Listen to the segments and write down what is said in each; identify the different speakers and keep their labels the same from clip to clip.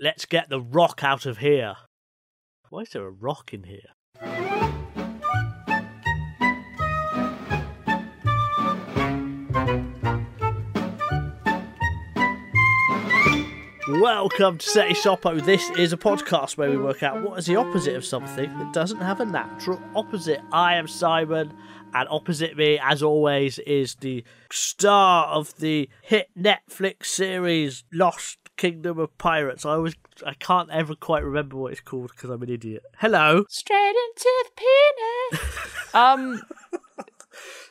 Speaker 1: Let's get the rock out of here. Why is there a rock in here? Welcome to Seti Shoppo. This is a podcast where we work out what is the opposite of something that doesn't have a natural opposite. I am Simon, and opposite me, as always, is the star of the hit Netflix series Lost Kingdom of Pirates. I always, I can't ever quite remember what it's called because I'm an idiot. Hello.
Speaker 2: Straight into the penis. um,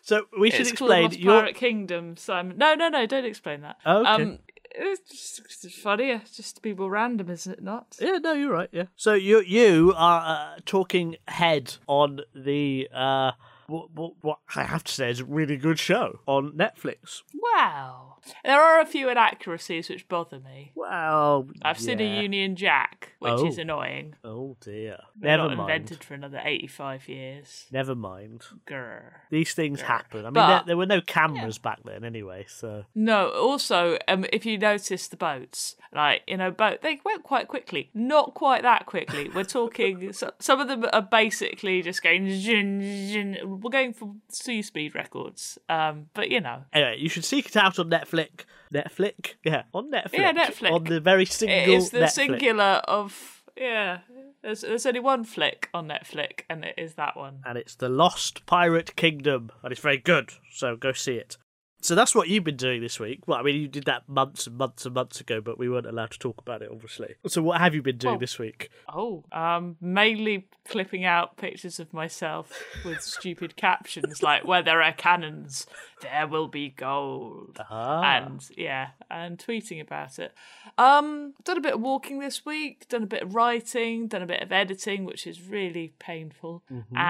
Speaker 1: So we should
Speaker 2: it's
Speaker 1: explain.
Speaker 2: called Lost
Speaker 1: your- Oh,
Speaker 2: Pirate Kingdom, Simon. No, no, no, don't explain that.
Speaker 1: Okay.
Speaker 2: Um, it's just it's funny. It's just to be more random, isn't it not?
Speaker 1: Yeah, no, you're right. Yeah. So you you are uh, talking head on the uh, what, what, what I have to say is a really good show on Netflix.
Speaker 2: Wow. There are a few inaccuracies which bother me.
Speaker 1: Well,
Speaker 2: I've seen
Speaker 1: yeah.
Speaker 2: a Union Jack, which
Speaker 1: Oh.
Speaker 2: is annoying.
Speaker 1: Oh dear.
Speaker 2: They're
Speaker 1: Never
Speaker 2: not
Speaker 1: mind.
Speaker 2: invented for another 85 years.
Speaker 1: Never mind.
Speaker 2: Grr.
Speaker 1: These things happen. I mean,
Speaker 2: But-
Speaker 1: there, there were no cameras back then, anyway. So
Speaker 2: No, also, um, if you notice the boats, like in a boat, they went quite quickly. Not quite that quickly. We're talking, so, some of them are basically just going, zhin, zhin. we're going for sea speed records. Um, but you know,
Speaker 1: anyway, you should seek it out on Netflix. Netflix. Yeah, on Netflix.
Speaker 2: Yeah, Netflix.
Speaker 1: On the very single.
Speaker 2: it is the
Speaker 1: Netflix.
Speaker 2: singular of, yeah, there's, there's only one flick on Netflix, and it is that one.
Speaker 1: and it's the Lost Pirate Kingdom, and it's very good. So go see it. So that's what you've been doing this week. Well, I mean, you did that months and months and months ago, but we weren't allowed to talk about it, obviously. So what have you been doing
Speaker 2: Well-
Speaker 1: this week?
Speaker 2: Oh, um, mainly clipping out pictures of myself with stupid captions like "Where there are cannons, there will be gold," and yeah, and tweeting about it. Um, done a bit of walking this week, done a bit of writing, done a bit of editing, which is really painful.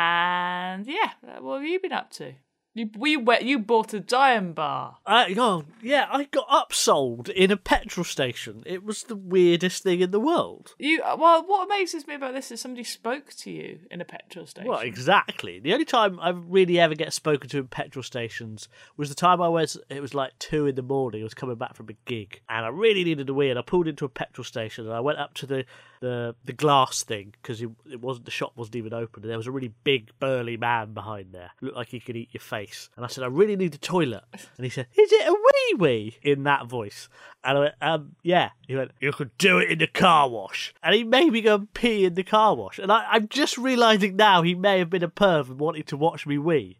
Speaker 2: And yeah, uh, what have you been up to? You we went, you bought a dime bar.
Speaker 1: I, oh, yeah, I got upsold in a petrol station. It was the weirdest thing in the world.
Speaker 2: You uh, well, what amazes me about this is somebody spoke to you in a petrol station.
Speaker 1: Well, exactly. The only time I really ever get spoken to in petrol stations was the time I was. It was like two in the morning. I was coming back from a gig, and I really needed a wee. And I pulled into a petrol station, and I went up to the the, the glass thing because it, it wasn't the shop wasn't even open. And there was a really big burly man behind there, looked like he could eat your face. And I said, I really need a toilet. And he said, Is it a wee wee? In that voice, and I went, um, yeah. He went, You could do it in the car wash. And he made me go and pee in the car wash. And I, I'm just realizing now he may have been a perv and wanted to watch me wee.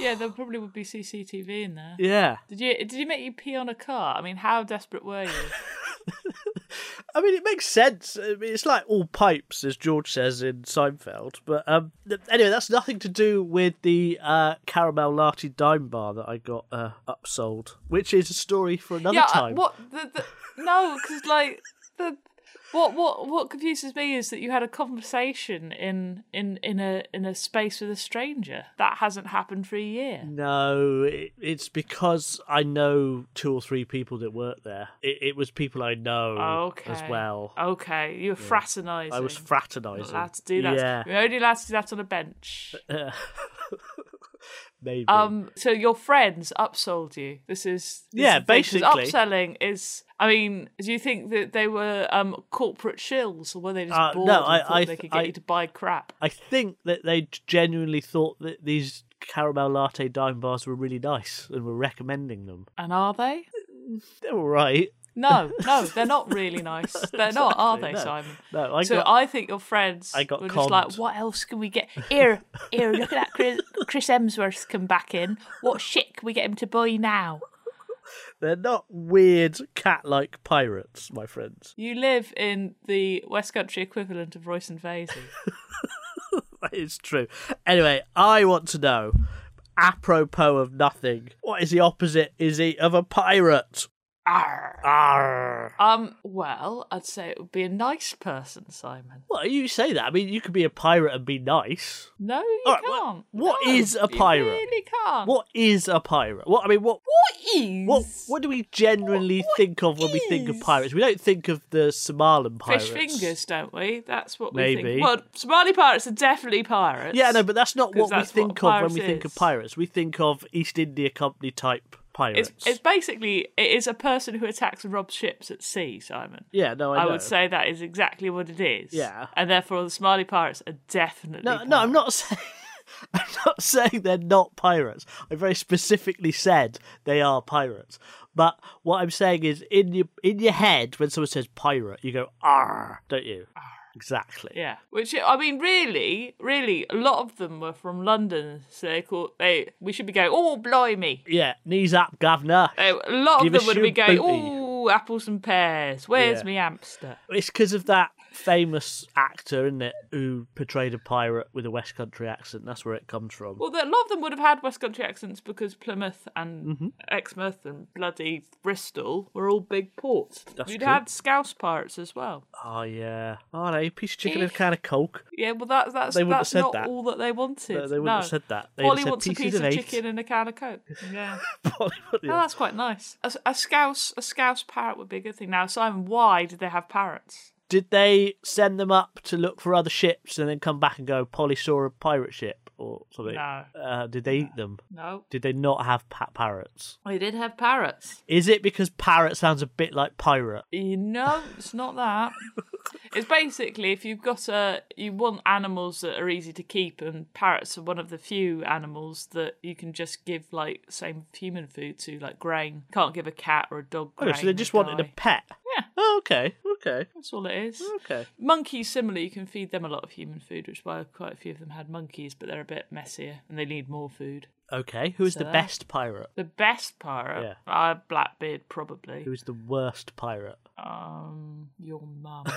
Speaker 2: yeah, there probably would be CCTV in there.
Speaker 1: Yeah.
Speaker 2: Did you did you make you pee on a car? I mean, how desperate were you?
Speaker 1: I mean, it makes sense. I mean, it's like all pipes, as George says in Seinfeld. But um, th- anyway, that's nothing to do with the uh, caramel latte dime bar that I got uh, upsold, which is a story for another
Speaker 2: yeah, uh, I-
Speaker 1: time.
Speaker 2: what the, the no, because like the what what what confuses me is that you had a conversation in in in a in a space with a stranger that hasn't happened for a
Speaker 1: Mm,
Speaker 2: year.
Speaker 1: No, it, it's because I know two or three people that work there. It, it was people I know
Speaker 2: Okay.
Speaker 1: as well.
Speaker 2: Okay, you were fraternising.
Speaker 1: I was
Speaker 2: Not
Speaker 1: fraternising.
Speaker 2: allowed to do that.
Speaker 1: Yeah, Uh,
Speaker 2: You're only allowed to do that on a bench.
Speaker 1: maybe.
Speaker 2: Um, so your friends upsold you. This is this
Speaker 1: Yeah,
Speaker 2: is the thing, 'cause
Speaker 1: basically.
Speaker 2: upselling is. I mean, do you think that they were um corporate shills, or were they just
Speaker 1: Uh,
Speaker 2: bored
Speaker 1: no,
Speaker 2: and
Speaker 1: I-
Speaker 2: thought
Speaker 1: I-
Speaker 2: they could get
Speaker 1: I-
Speaker 2: you to buy crap?
Speaker 1: I think that they genuinely thought that these caramel latte dime bars were really nice and were recommending them.
Speaker 2: And are they?
Speaker 1: They're all right.
Speaker 2: No, no, they're not really nice. They're not, are they,
Speaker 1: no.
Speaker 2: Simon?
Speaker 1: No, I
Speaker 2: so
Speaker 1: got-
Speaker 2: I think your friends
Speaker 1: I got
Speaker 2: were just like,
Speaker 1: conned.
Speaker 2: what else can we get? Here, here, look at that Chris, Chris Emsworth come back in. What shit can we get him to buy now?
Speaker 1: They're not weird cat-like pirates, my friends.
Speaker 2: You live in the West Country equivalent of Royce and Vasey.
Speaker 1: That is true. Anyway, I want to know, apropos of nothing, what is the opposite, is he, of a pirate?
Speaker 2: Arr.
Speaker 1: Arr.
Speaker 2: Um, well, I'd say it would be a nice person, Simon.
Speaker 1: Well, you say that. I mean, you could be a pirate and be nice.
Speaker 2: No, you
Speaker 1: All right, well,
Speaker 2: can't.
Speaker 1: what
Speaker 2: No,
Speaker 1: is a pirate?
Speaker 2: You really can't.
Speaker 1: What is a pirate? What I mean, what
Speaker 2: What is?
Speaker 1: what what do we generally
Speaker 2: What- what
Speaker 1: think of when we think of
Speaker 2: is?
Speaker 1: pirates? We don't think of the Somalian pirates.
Speaker 2: Fish fingers, don't we? That's what we
Speaker 1: Maybe.
Speaker 2: think. Well, Somali pirates are definitely pirates.
Speaker 1: Yeah, no, but that's not
Speaker 2: 'Cause
Speaker 1: what we
Speaker 2: that's what a
Speaker 1: think of when we
Speaker 2: pirate
Speaker 1: think of
Speaker 2: is.
Speaker 1: pirates. We think of East India Company type pirates.
Speaker 2: It's, it's basically it is a person who attacks and robs ships at sea, Simon.
Speaker 1: yeah, no, I,
Speaker 2: I
Speaker 1: know.
Speaker 2: would say that is exactly what it is.
Speaker 1: Yeah.
Speaker 2: And therefore, the Smiley Pirates are definitely.
Speaker 1: No, no, I'm not saying. I'm not saying they're not pirates. I very specifically said they are pirates. But what I'm saying is, in your in your head, when someone says pirate, you go "r," don't you? Exactly.
Speaker 2: Yeah, which I mean, really, really, a lot of them were from London, so they call they. We should be going, oh blimey!
Speaker 1: Yeah. Knees up, governor.
Speaker 2: They, a lot
Speaker 1: Give us
Speaker 2: of them would
Speaker 1: your
Speaker 2: be going,
Speaker 1: booty.
Speaker 2: oh apples and pears. Where's
Speaker 1: Yeah.
Speaker 2: me hamster?
Speaker 1: It's because of that famous actor, isn't it, who portrayed a pirate with a West Country accent. That's where it comes from.
Speaker 2: Well, a lot of them would have had West Country accents because Plymouth and
Speaker 1: Mm-hmm.
Speaker 2: Exmouth and bloody Bristol were all big ports.
Speaker 1: That's
Speaker 2: You'd
Speaker 1: true.
Speaker 2: had Scouse pirates as well.
Speaker 1: Oh yeah. Aren't they? Piece of chicken and a can of coke.
Speaker 2: Yeah, well, that, that's
Speaker 1: They wouldn't have
Speaker 2: that's
Speaker 1: said
Speaker 2: not
Speaker 1: that.
Speaker 2: all that they wanted.
Speaker 1: No, they wouldn't
Speaker 2: no.
Speaker 1: have said that. They'd have
Speaker 2: Polly
Speaker 1: said
Speaker 2: wants a
Speaker 1: pieces
Speaker 2: piece
Speaker 1: of
Speaker 2: of
Speaker 1: eight.
Speaker 2: chicken and a can of coke. Yeah. Oh,
Speaker 1: yeah.
Speaker 2: that's quite nice. A, a scouse, a scouse parrot would be a good thing. Now, Simon, why did they have parrots?
Speaker 1: Did they send them up to look for other ships and then come back and go, Polly saw a pirate ship or something?
Speaker 2: No,
Speaker 1: Uh, did they eat them?
Speaker 2: no,
Speaker 1: Did they not have pa- parrots?
Speaker 2: they did have parrots.
Speaker 1: Is it because parrot sounds a bit like pirate?
Speaker 2: You know, it's not that. it's basically if you've got a, you want animals that are easy to keep, and parrots are one of the few animals that you can just give like same human food to, like grain. Can't give a cat or a dog.
Speaker 1: Okay,
Speaker 2: Grain,
Speaker 1: Oh, so they just
Speaker 2: they
Speaker 1: wanted a Hmm.
Speaker 2: die.
Speaker 1: pet.
Speaker 2: Yeah.
Speaker 1: Oh, okay, okay,
Speaker 2: That's all it is.
Speaker 1: okay.
Speaker 2: Monkeys, similarly, you can feed them a lot of human food, which is why quite a few of them had monkeys, but they're a bit messier and they need more food.
Speaker 1: Okay, who is the
Speaker 2: that-
Speaker 1: best pirate?
Speaker 2: The best pirate, uh, Blackbeard, probably.
Speaker 1: Who is the worst pirate?
Speaker 2: Um, your mum.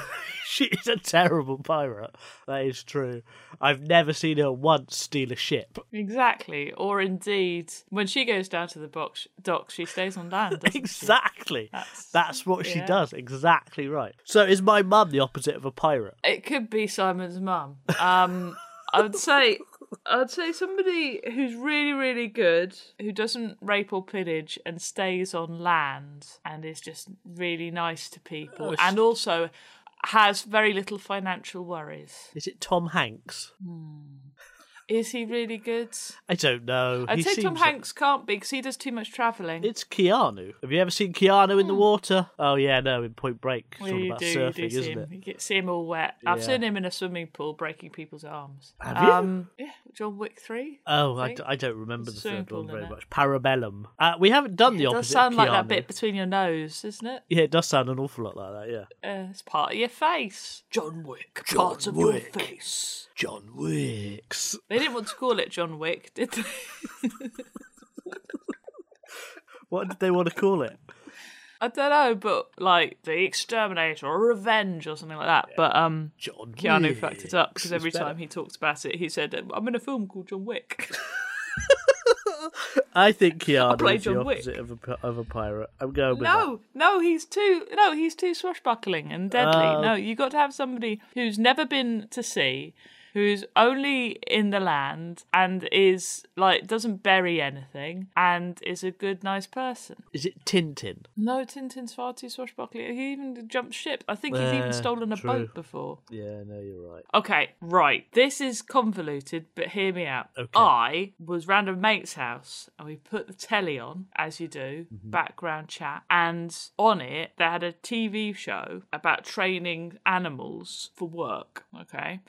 Speaker 1: She is a terrible pirate. That is true. I've never seen her once steal a ship.
Speaker 2: exactly. Or indeed, when she goes down to the box dock, she stays on land. Doesn't
Speaker 1: Exactly.
Speaker 2: That's-
Speaker 1: That's what she
Speaker 2: yeah.
Speaker 1: does. Exactly right. So is my mum the opposite of a pirate?
Speaker 2: She? It could be Simon's mum. Um, I would say. I'd say somebody who's really, really good, who doesn't rape or pillage and stays on land and is just really nice to people
Speaker 1: Oh,
Speaker 2: and
Speaker 1: she-
Speaker 2: also has very little financial worries.
Speaker 1: Is it Tom Hanks?
Speaker 2: Is he really good?
Speaker 1: I don't know.
Speaker 2: I'd
Speaker 1: He
Speaker 2: say Tom
Speaker 1: seems like-
Speaker 2: Hanks can't be because he does too much travelling.
Speaker 1: It's Keanu. Have you ever seen Keanu in the water? Oh yeah, no, in Point Break. It's
Speaker 2: Well,
Speaker 1: all
Speaker 2: you
Speaker 1: about
Speaker 2: Hmm. do,
Speaker 1: surfing,
Speaker 2: you do see
Speaker 1: isn't
Speaker 2: him.
Speaker 1: it?
Speaker 2: You get, see him all wet. I've
Speaker 1: Yeah.
Speaker 2: seen him in a swimming pool breaking people's arms.
Speaker 1: Have you?
Speaker 2: Um, yeah, John Wick 3.
Speaker 1: Oh, I,
Speaker 2: think.
Speaker 1: d- I don't remember the
Speaker 2: It's a swimming
Speaker 1: third one
Speaker 2: pool,
Speaker 1: very
Speaker 2: innit?
Speaker 1: much. Parabellum. Uh, we haven't done the
Speaker 2: It
Speaker 1: opposite.
Speaker 2: does sound
Speaker 1: of
Speaker 2: like that
Speaker 1: Keanu.
Speaker 2: bit between your nose, isn't it?
Speaker 1: Yeah, it does sound an awful lot like that. Yeah.
Speaker 2: Uh, it's part of your face. John Wick, part of
Speaker 1: Wick.
Speaker 2: your face.
Speaker 1: John Wicks.
Speaker 2: They didn't want to call it John Wick, did they?
Speaker 1: What did they want to call it?
Speaker 2: I don't know, but like the Exterminator or Revenge or something like that. But um,
Speaker 1: John.
Speaker 2: Keanu
Speaker 1: Wicks.
Speaker 2: fucked it up because every
Speaker 1: better.
Speaker 2: time he talks about it, he said, "I'm in a film called John Wick."
Speaker 1: I think Keanu
Speaker 2: play
Speaker 1: is the
Speaker 2: John Wick.
Speaker 1: opposite of a, pi- of a pirate. I'm going with that.
Speaker 2: No, no, he's too no, he's too swashbuckling and deadly.
Speaker 1: Oh.
Speaker 2: no, you got to have somebody who's never been to sea, who's only in the land and is like doesn't bury anything and is a good, nice person.
Speaker 1: Is it Tintin?
Speaker 2: No, Tintin's far too swashbuckling. He even jumped ship. I think he's
Speaker 1: Yeah,
Speaker 2: even stolen a
Speaker 1: true.
Speaker 2: boat before.
Speaker 1: Yeah, no, you're right.
Speaker 2: Okay, right. This is convoluted, but hear me out.
Speaker 1: Okay.
Speaker 2: I was round a mate's house and we put the telly on, as you do, background chat, and on it they had a TV show about training animals for work. Okay.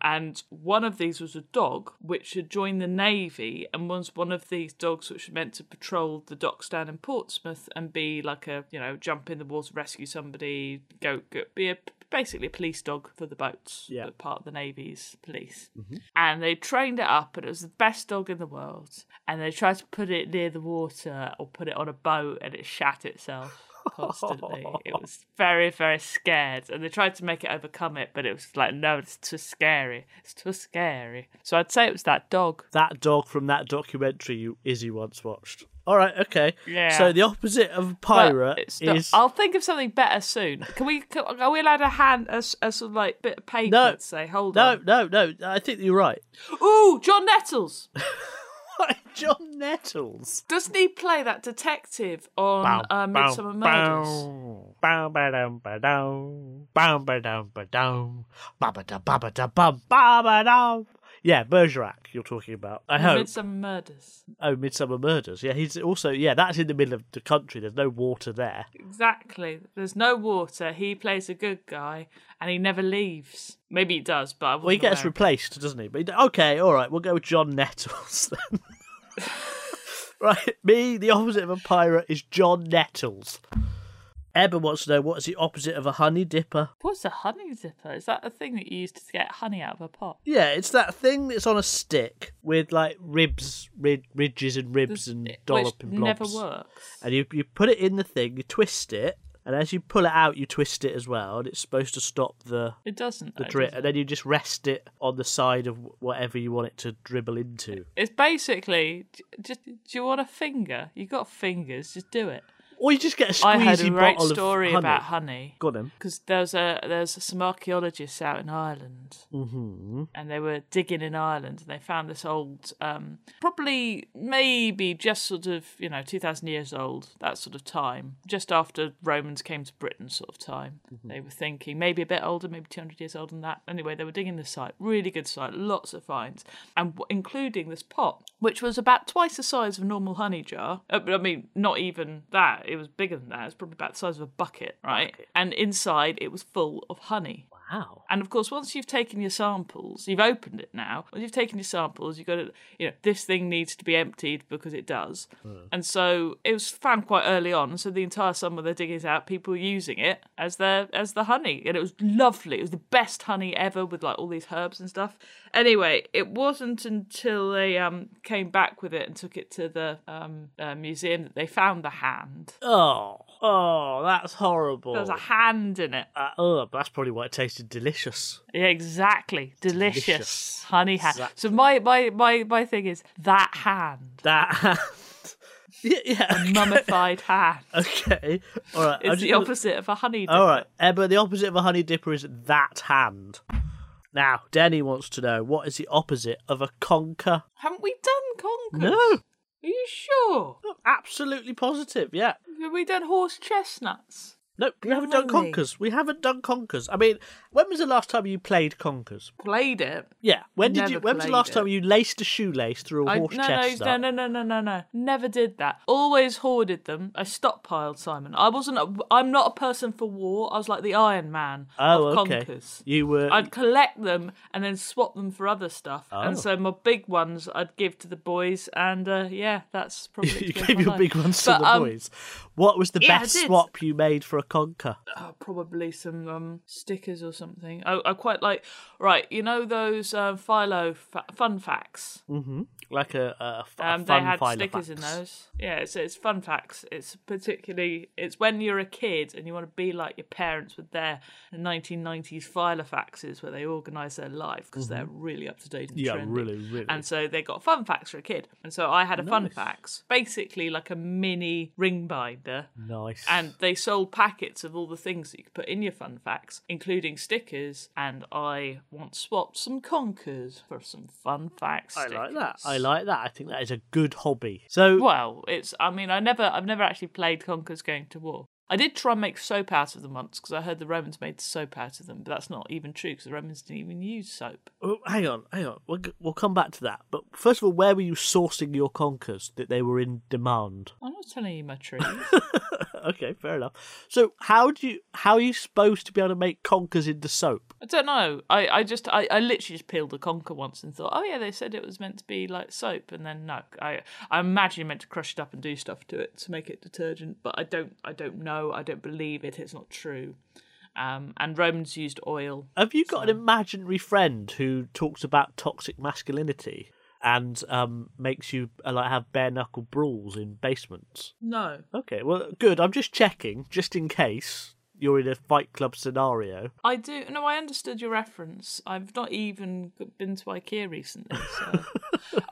Speaker 2: And one of these was a dog which had joined the navy and was one of these dogs which were meant to patrol the docks down in Portsmouth and be like a, you know, jump in the water, rescue somebody, go, go be a basically a police dog for the boats
Speaker 1: Yeah. Mm-hmm.
Speaker 2: that part of the navy's police and they trained it up and it was the best dog in the world and they tried to put it near the water or put it on a boat and it shat itself constantly it was very very scared and they tried to make it overcome it but it was like no it's too scary it's too scary so i'd say it was that dog
Speaker 1: That dog from that documentary you Izzy once watched. All right, okay.
Speaker 2: Yeah.
Speaker 1: So the opposite of a
Speaker 2: But
Speaker 1: pirate
Speaker 2: it's not-
Speaker 1: is
Speaker 2: I'll think of something better soon. Can we? Can, are we allowed a hand, a, s- a sort of like bit of paper
Speaker 1: No.
Speaker 2: to say, "Hold
Speaker 1: no, no, no. I think you're right.
Speaker 2: on"? Ooh, John Nettles.
Speaker 1: John Nettles.
Speaker 2: Doesn't he play that detective on uh, Midsummer Murders?
Speaker 1: Murders. Yeah, Bergerac, you're talking about. I hope.
Speaker 2: Midsummer Murders.
Speaker 1: Oh, Midsummer Murders. Yeah, he's also yeah. That's in the middle of the country. There's no water there.
Speaker 2: Exactly. There's no water. He plays a good guy, and he never leaves. Maybe he does, but I
Speaker 1: Well, he
Speaker 2: wasn't
Speaker 1: gets
Speaker 2: aware.
Speaker 1: replaced, doesn't he? But he d- okay, all right, we'll go with John Nettles then. right, me, the opposite of a pirate is John Nettles. Ebba wants to know what is the opposite of a honey dipper.
Speaker 2: What's a honey zipper? Is that the thing that you used to get honey out of a pot?
Speaker 1: Yeah, it's that thing that's on a stick with like ribs, rid- ridges, and ribs, and dollop
Speaker 2: Which
Speaker 1: and blobs.
Speaker 2: never works.
Speaker 1: And you you put it in the thing, you twist it, and as you pull it out, you twist it as well, and it's supposed to stop the
Speaker 2: It doesn't.
Speaker 1: the
Speaker 2: though,
Speaker 1: drip,
Speaker 2: does it?
Speaker 1: and then you just rest it on the side of wh- whatever you want it to dribble into.
Speaker 2: It's basically j- just. Do you want a finger? You got fingers. Just do it.
Speaker 1: Or you just get a squeezy
Speaker 2: I heard a great
Speaker 1: bottle
Speaker 2: story
Speaker 1: of honey.
Speaker 2: about honey
Speaker 1: Got him.
Speaker 2: because there's a there's some archaeologists out in Ireland,
Speaker 1: hmm
Speaker 2: and they were digging in Ireland, and they found this old, um, probably maybe just sort of you know two thousand years old, that sort of time, just after Romans came to Britain, sort of time. They were thinking maybe a bit older, maybe two hundred years older than that. Anyway, they were digging this site, really good site, lots of finds, and w- including this pot, which was about twice the size of a normal honey jar. Uh, I mean, not even that. It was bigger than that. It was probably about the size of a bucket, right? And inside, it was full of honey.
Speaker 1: Wow.
Speaker 2: And of course, once you've taken your samples, you've opened it now. Once you've taken your samples, you've got to, you know, this thing needs to be emptied because it does. And so it was found quite early on. So the entire summer they're digging it out, people were using it as their as the honey, and it was lovely. It was the best honey ever with like all these herbs and stuff. Anyway, it wasn't until they um came back with it and took it to the um uh, museum that they found the hand.
Speaker 1: Oh, oh, that's horrible.
Speaker 2: There's a hand in it.
Speaker 1: Uh, oh, that's probably why it tasted delicious.
Speaker 2: Yeah, exactly. Delicious,
Speaker 1: Delicious.
Speaker 2: honey hand. So my, my my my thing is that hand,
Speaker 1: That. yeah. yeah.
Speaker 2: mummified hand,
Speaker 1: okay. All right. I'm Uh, just
Speaker 2: is
Speaker 1: Oh.
Speaker 2: the
Speaker 1: gonna-
Speaker 2: opposite of a honey.
Speaker 1: All
Speaker 2: dip.
Speaker 1: right, Ebba, the opposite of a honey dipper is that hand. Now, Denny wants to know what is the opposite of a conker?
Speaker 2: Haven't we done conkers?
Speaker 1: No.
Speaker 2: Are you sure?
Speaker 1: Absolutely positive, yeah.
Speaker 2: Have we done horse chestnuts?
Speaker 1: Nope, we haven't done
Speaker 2: Blimey.
Speaker 1: conkers. We haven't done conkers. I mean, when was the last time you played conkers?
Speaker 2: Played it.
Speaker 1: Yeah. When did
Speaker 2: Never
Speaker 1: you? When was the
Speaker 2: played
Speaker 1: last
Speaker 2: it.
Speaker 1: time you laced a shoelace through a
Speaker 2: I, no,
Speaker 1: horse
Speaker 2: no,
Speaker 1: chestnut?
Speaker 2: no, no, no, no, no, no. Never did that. Always hoarded them. I stockpiled, Simon. I wasn't. A, I'm not a person for war. I was like the Iron Man
Speaker 1: Oh,
Speaker 2: of
Speaker 1: okay.
Speaker 2: conkers.
Speaker 1: You were.
Speaker 2: I'd collect them and then swap them for other stuff.
Speaker 1: Oh.
Speaker 2: And so my big ones I'd give to the boys, and uh, yeah, that's probably
Speaker 1: you
Speaker 2: explains
Speaker 1: gave
Speaker 2: my
Speaker 1: your
Speaker 2: life.
Speaker 1: big ones to
Speaker 2: But,
Speaker 1: the
Speaker 2: um,
Speaker 1: boys. What was the
Speaker 2: yeah, I
Speaker 1: best
Speaker 2: did.
Speaker 1: swap you made for a conker?
Speaker 2: uh, probably some um, stickers or something. I, I quite like right, you know those uh, Philo fa- fun facts.
Speaker 1: Mm-hmm. Like a, a, f- a
Speaker 2: Um, they
Speaker 1: fun
Speaker 2: had
Speaker 1: file of
Speaker 2: stickers in
Speaker 1: facts.
Speaker 2: those. Yeah, it's, it's fun facts. It's particularly it's when you're a kid and you want to be like your parents with their 1990s filofaxes where they organise their life because they're really up to date and
Speaker 1: Mm-hmm. Yeah,
Speaker 2: trendy.
Speaker 1: really, really.
Speaker 2: And so they got fun facts for a kid. And so I had a fun facts, basically like a mini ring binder.
Speaker 1: Nice.
Speaker 2: And they sold packets of all the things that you could put in your fun facts, including stickers. And I once swapped some conkers for some fun facts.
Speaker 1: I like that. I like that. I think that is a good hobby. So
Speaker 2: Well, it's. I mean, I never. I've never actually played Conkers Going to War. I did try and make soap out of them once because I heard the Romans made soap out of them, but that's not even true because the Romans didn't even use soap.
Speaker 1: oh, hang on, hang on. We'll, g- we'll come back to that. But first of all, where were you sourcing your conkers that they were in demand?
Speaker 2: I'm not telling you my truth.
Speaker 1: okay, fair enough. So how do you how are you supposed to be able to make conkers into soap?
Speaker 2: I don't know. I, I just I, I literally just peeled a conker once and thought, oh yeah, they said it was meant to be like soap, and then no, I I imagine you meant to crush it up and do stuff to it to make it detergent, but I don't I don't know. I don't believe it. It's not true. Um, and Romans used oil.
Speaker 1: Have you got an imaginary friend who talks about toxic masculinity and um, makes you uh, like have bare knuckle brawls in basements?
Speaker 2: No,
Speaker 1: Okay, well, good. I'm just checking, just in case you're in a Fight Club scenario.
Speaker 2: I do. No, I understood your reference. I've not even been to IKEA recently. So.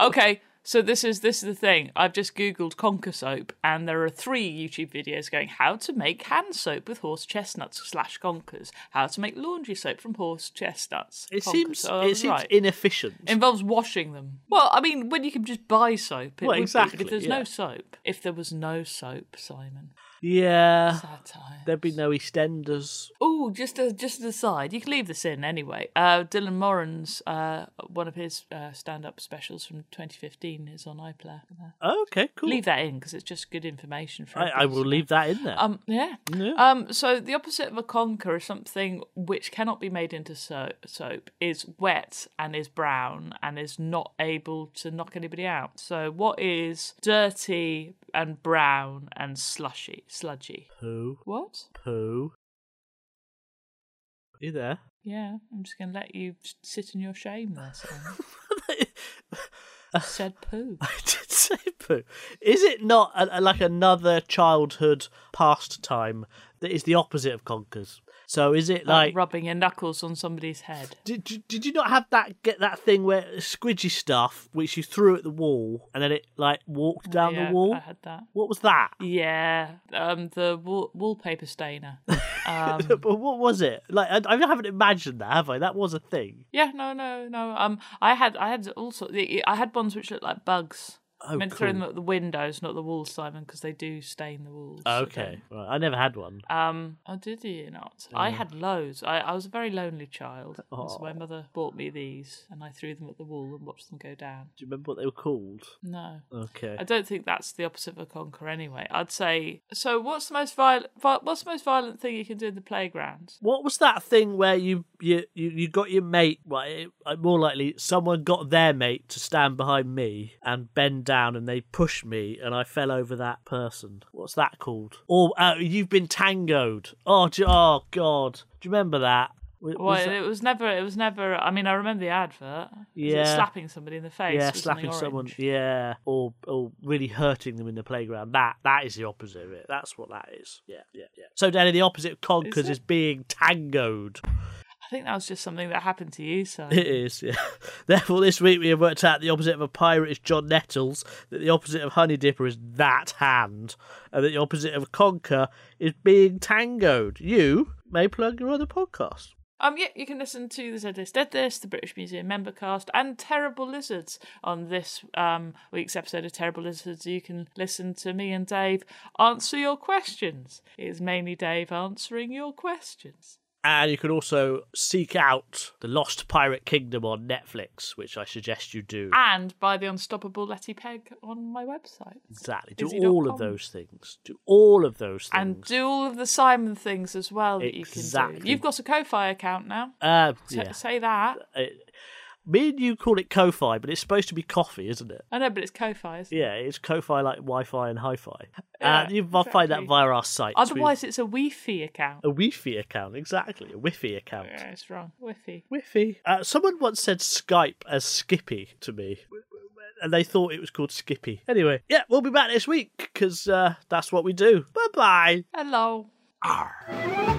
Speaker 2: okay, so this is this is the thing. I've just googled conker soap, and there are three YouTube videos going how to make hand soap with horse chestnuts slash conkers, how to make laundry soap from horse chestnuts.
Speaker 1: It
Speaker 2: conkers.
Speaker 1: seems
Speaker 2: So I
Speaker 1: it
Speaker 2: was
Speaker 1: seems
Speaker 2: right.
Speaker 1: inefficient.
Speaker 2: Involves washing them. Well, I mean, when you can just buy soap, it
Speaker 1: Well,
Speaker 2: would be, but
Speaker 1: exactly,
Speaker 2: if there's
Speaker 1: yeah.
Speaker 2: no soap, if there was no soap, Simon,
Speaker 1: Yeah.
Speaker 2: Sad times.
Speaker 1: There'd be no EastEnders.
Speaker 2: Oh, just a, just an aside. You can leave this in anyway. Uh, Dylan Moran's uh, one of his uh, stand-up specials from 2015 is on iPlayer.
Speaker 1: Oh, okay, cool.
Speaker 2: Leave that in because it's just good information for.
Speaker 1: I, I
Speaker 2: everyone.
Speaker 1: will leave that in there.
Speaker 2: Um, yeah.
Speaker 1: Yeah.
Speaker 2: Um, so the opposite of a conker is something which cannot be made into so- soap, is wet and is brown and is not able to knock anybody out. So what is dirty and brown and slushy, sludgy?
Speaker 1: poo,
Speaker 2: What?
Speaker 1: poo. You there?
Speaker 2: Yeah, I'm just going to let you s- sit in your shame there, Sam. You said poo.
Speaker 1: I did say poo. Is it not a, a- like another childhood pastime that is the opposite of conkers? So is it like
Speaker 2: Like rubbing your knuckles on somebody's head.
Speaker 1: did you, did you not have that get that thing where squidgy stuff which you threw at the wall and then it like walked down
Speaker 2: Yeah, uh,
Speaker 1: the wall?
Speaker 2: I had that.
Speaker 1: What was that?
Speaker 2: Yeah, um, the wall- wallpaper stainer.
Speaker 1: but what was it? Like I, I haven't imagined that, have I? That was a thing.
Speaker 2: Yeah, no, no, no. Um, I had, I had also, I had ones which looked like bugs.
Speaker 1: Oh,
Speaker 2: I meant to throw
Speaker 1: cool.
Speaker 2: them at the windows, not the walls, Simon, because they do stain the walls.
Speaker 1: Oh, Okay, right. I never had one.
Speaker 2: Um, oh, did you not? I had loads. I, I was a very lonely child. So my mother bought me these, and I threw them at the wall and watched them go down.
Speaker 1: Do you remember what they were called?
Speaker 2: No.
Speaker 1: Okay.
Speaker 2: I don't think that's the opposite of a conquer anyway. I'd say. So, what's the most violent? Vi- what's the most violent thing you can do in the playground?
Speaker 1: What was that thing where you you you, you got your mate? Well, it, uh, more likely someone got their mate to stand behind me and bend down, and they pushed me, and I fell over that person. What's that called? Or uh, you've been tangoed? Oh, do, oh God! Do you remember that? Was- was
Speaker 2: Well,
Speaker 1: that-
Speaker 2: it was never. It was never. I mean, I remember the advert. Was it
Speaker 1: Yeah.
Speaker 2: slapping somebody in the face.
Speaker 1: yeah,
Speaker 2: with something
Speaker 1: slapping someone.
Speaker 2: orange?
Speaker 1: Yeah, or or really hurting them in the playground. That that is the opposite of it. That's what that is. Yeah, yeah, yeah. So, Danny, the opposite of conkers is,
Speaker 2: it?
Speaker 1: being tangoed.
Speaker 2: I think that was just something that happened to you, son.
Speaker 1: It is, yeah. Therefore, this week we have worked out the opposite of a pirate is John Nettles, that the opposite of Honey Dipper is that hand, and that the opposite of a conquer is being tangoed. You may plug your other podcast.
Speaker 2: um, yeah, you can listen to the Zed This, Dead This, the British Museum member cast, and Terrible Lizards on this um week's episode of Terrible Lizards. You can listen to me and Dave answer your questions. It is mainly Dave answering your questions.
Speaker 1: And you can also seek out The Lost Pirate Kingdom on Netflix, which I suggest you do.
Speaker 2: And by the unstoppable Letty Peg on my website.
Speaker 1: Exactly. Do
Speaker 2: Izzy.com.
Speaker 1: all of those things. Do all of those things.
Speaker 2: And do all of the Simon things as well that you can do.
Speaker 1: Exactly.
Speaker 2: You've got a Ko-Fi account now.
Speaker 1: uh,
Speaker 2: T-
Speaker 1: yeah.
Speaker 2: Say that.
Speaker 1: It- me and you call it Ko-fi, but it's supposed to be coffee, isn't it?
Speaker 2: I know, but it's Ko-Fi. Isn't it?
Speaker 1: Yeah, it's Ko-fi like Wi-Fi and Hi-Fi.
Speaker 2: Yeah,
Speaker 1: uh, you will find that
Speaker 2: exactly.
Speaker 1: via our site.
Speaker 2: Otherwise, it's a Wi-Fi account.
Speaker 1: a Wi-Fi account, exactly, a Wi-Fi account.
Speaker 2: Yeah, it's wrong. Wi-Fi.
Speaker 1: Wi-Fi. Uh, someone once said Skype as Skippy to me, and they thought it was called Skippy. Anyway, yeah, we'll be back next week because uh, that's what we do. Bye bye.
Speaker 2: Hello.
Speaker 1: Arr.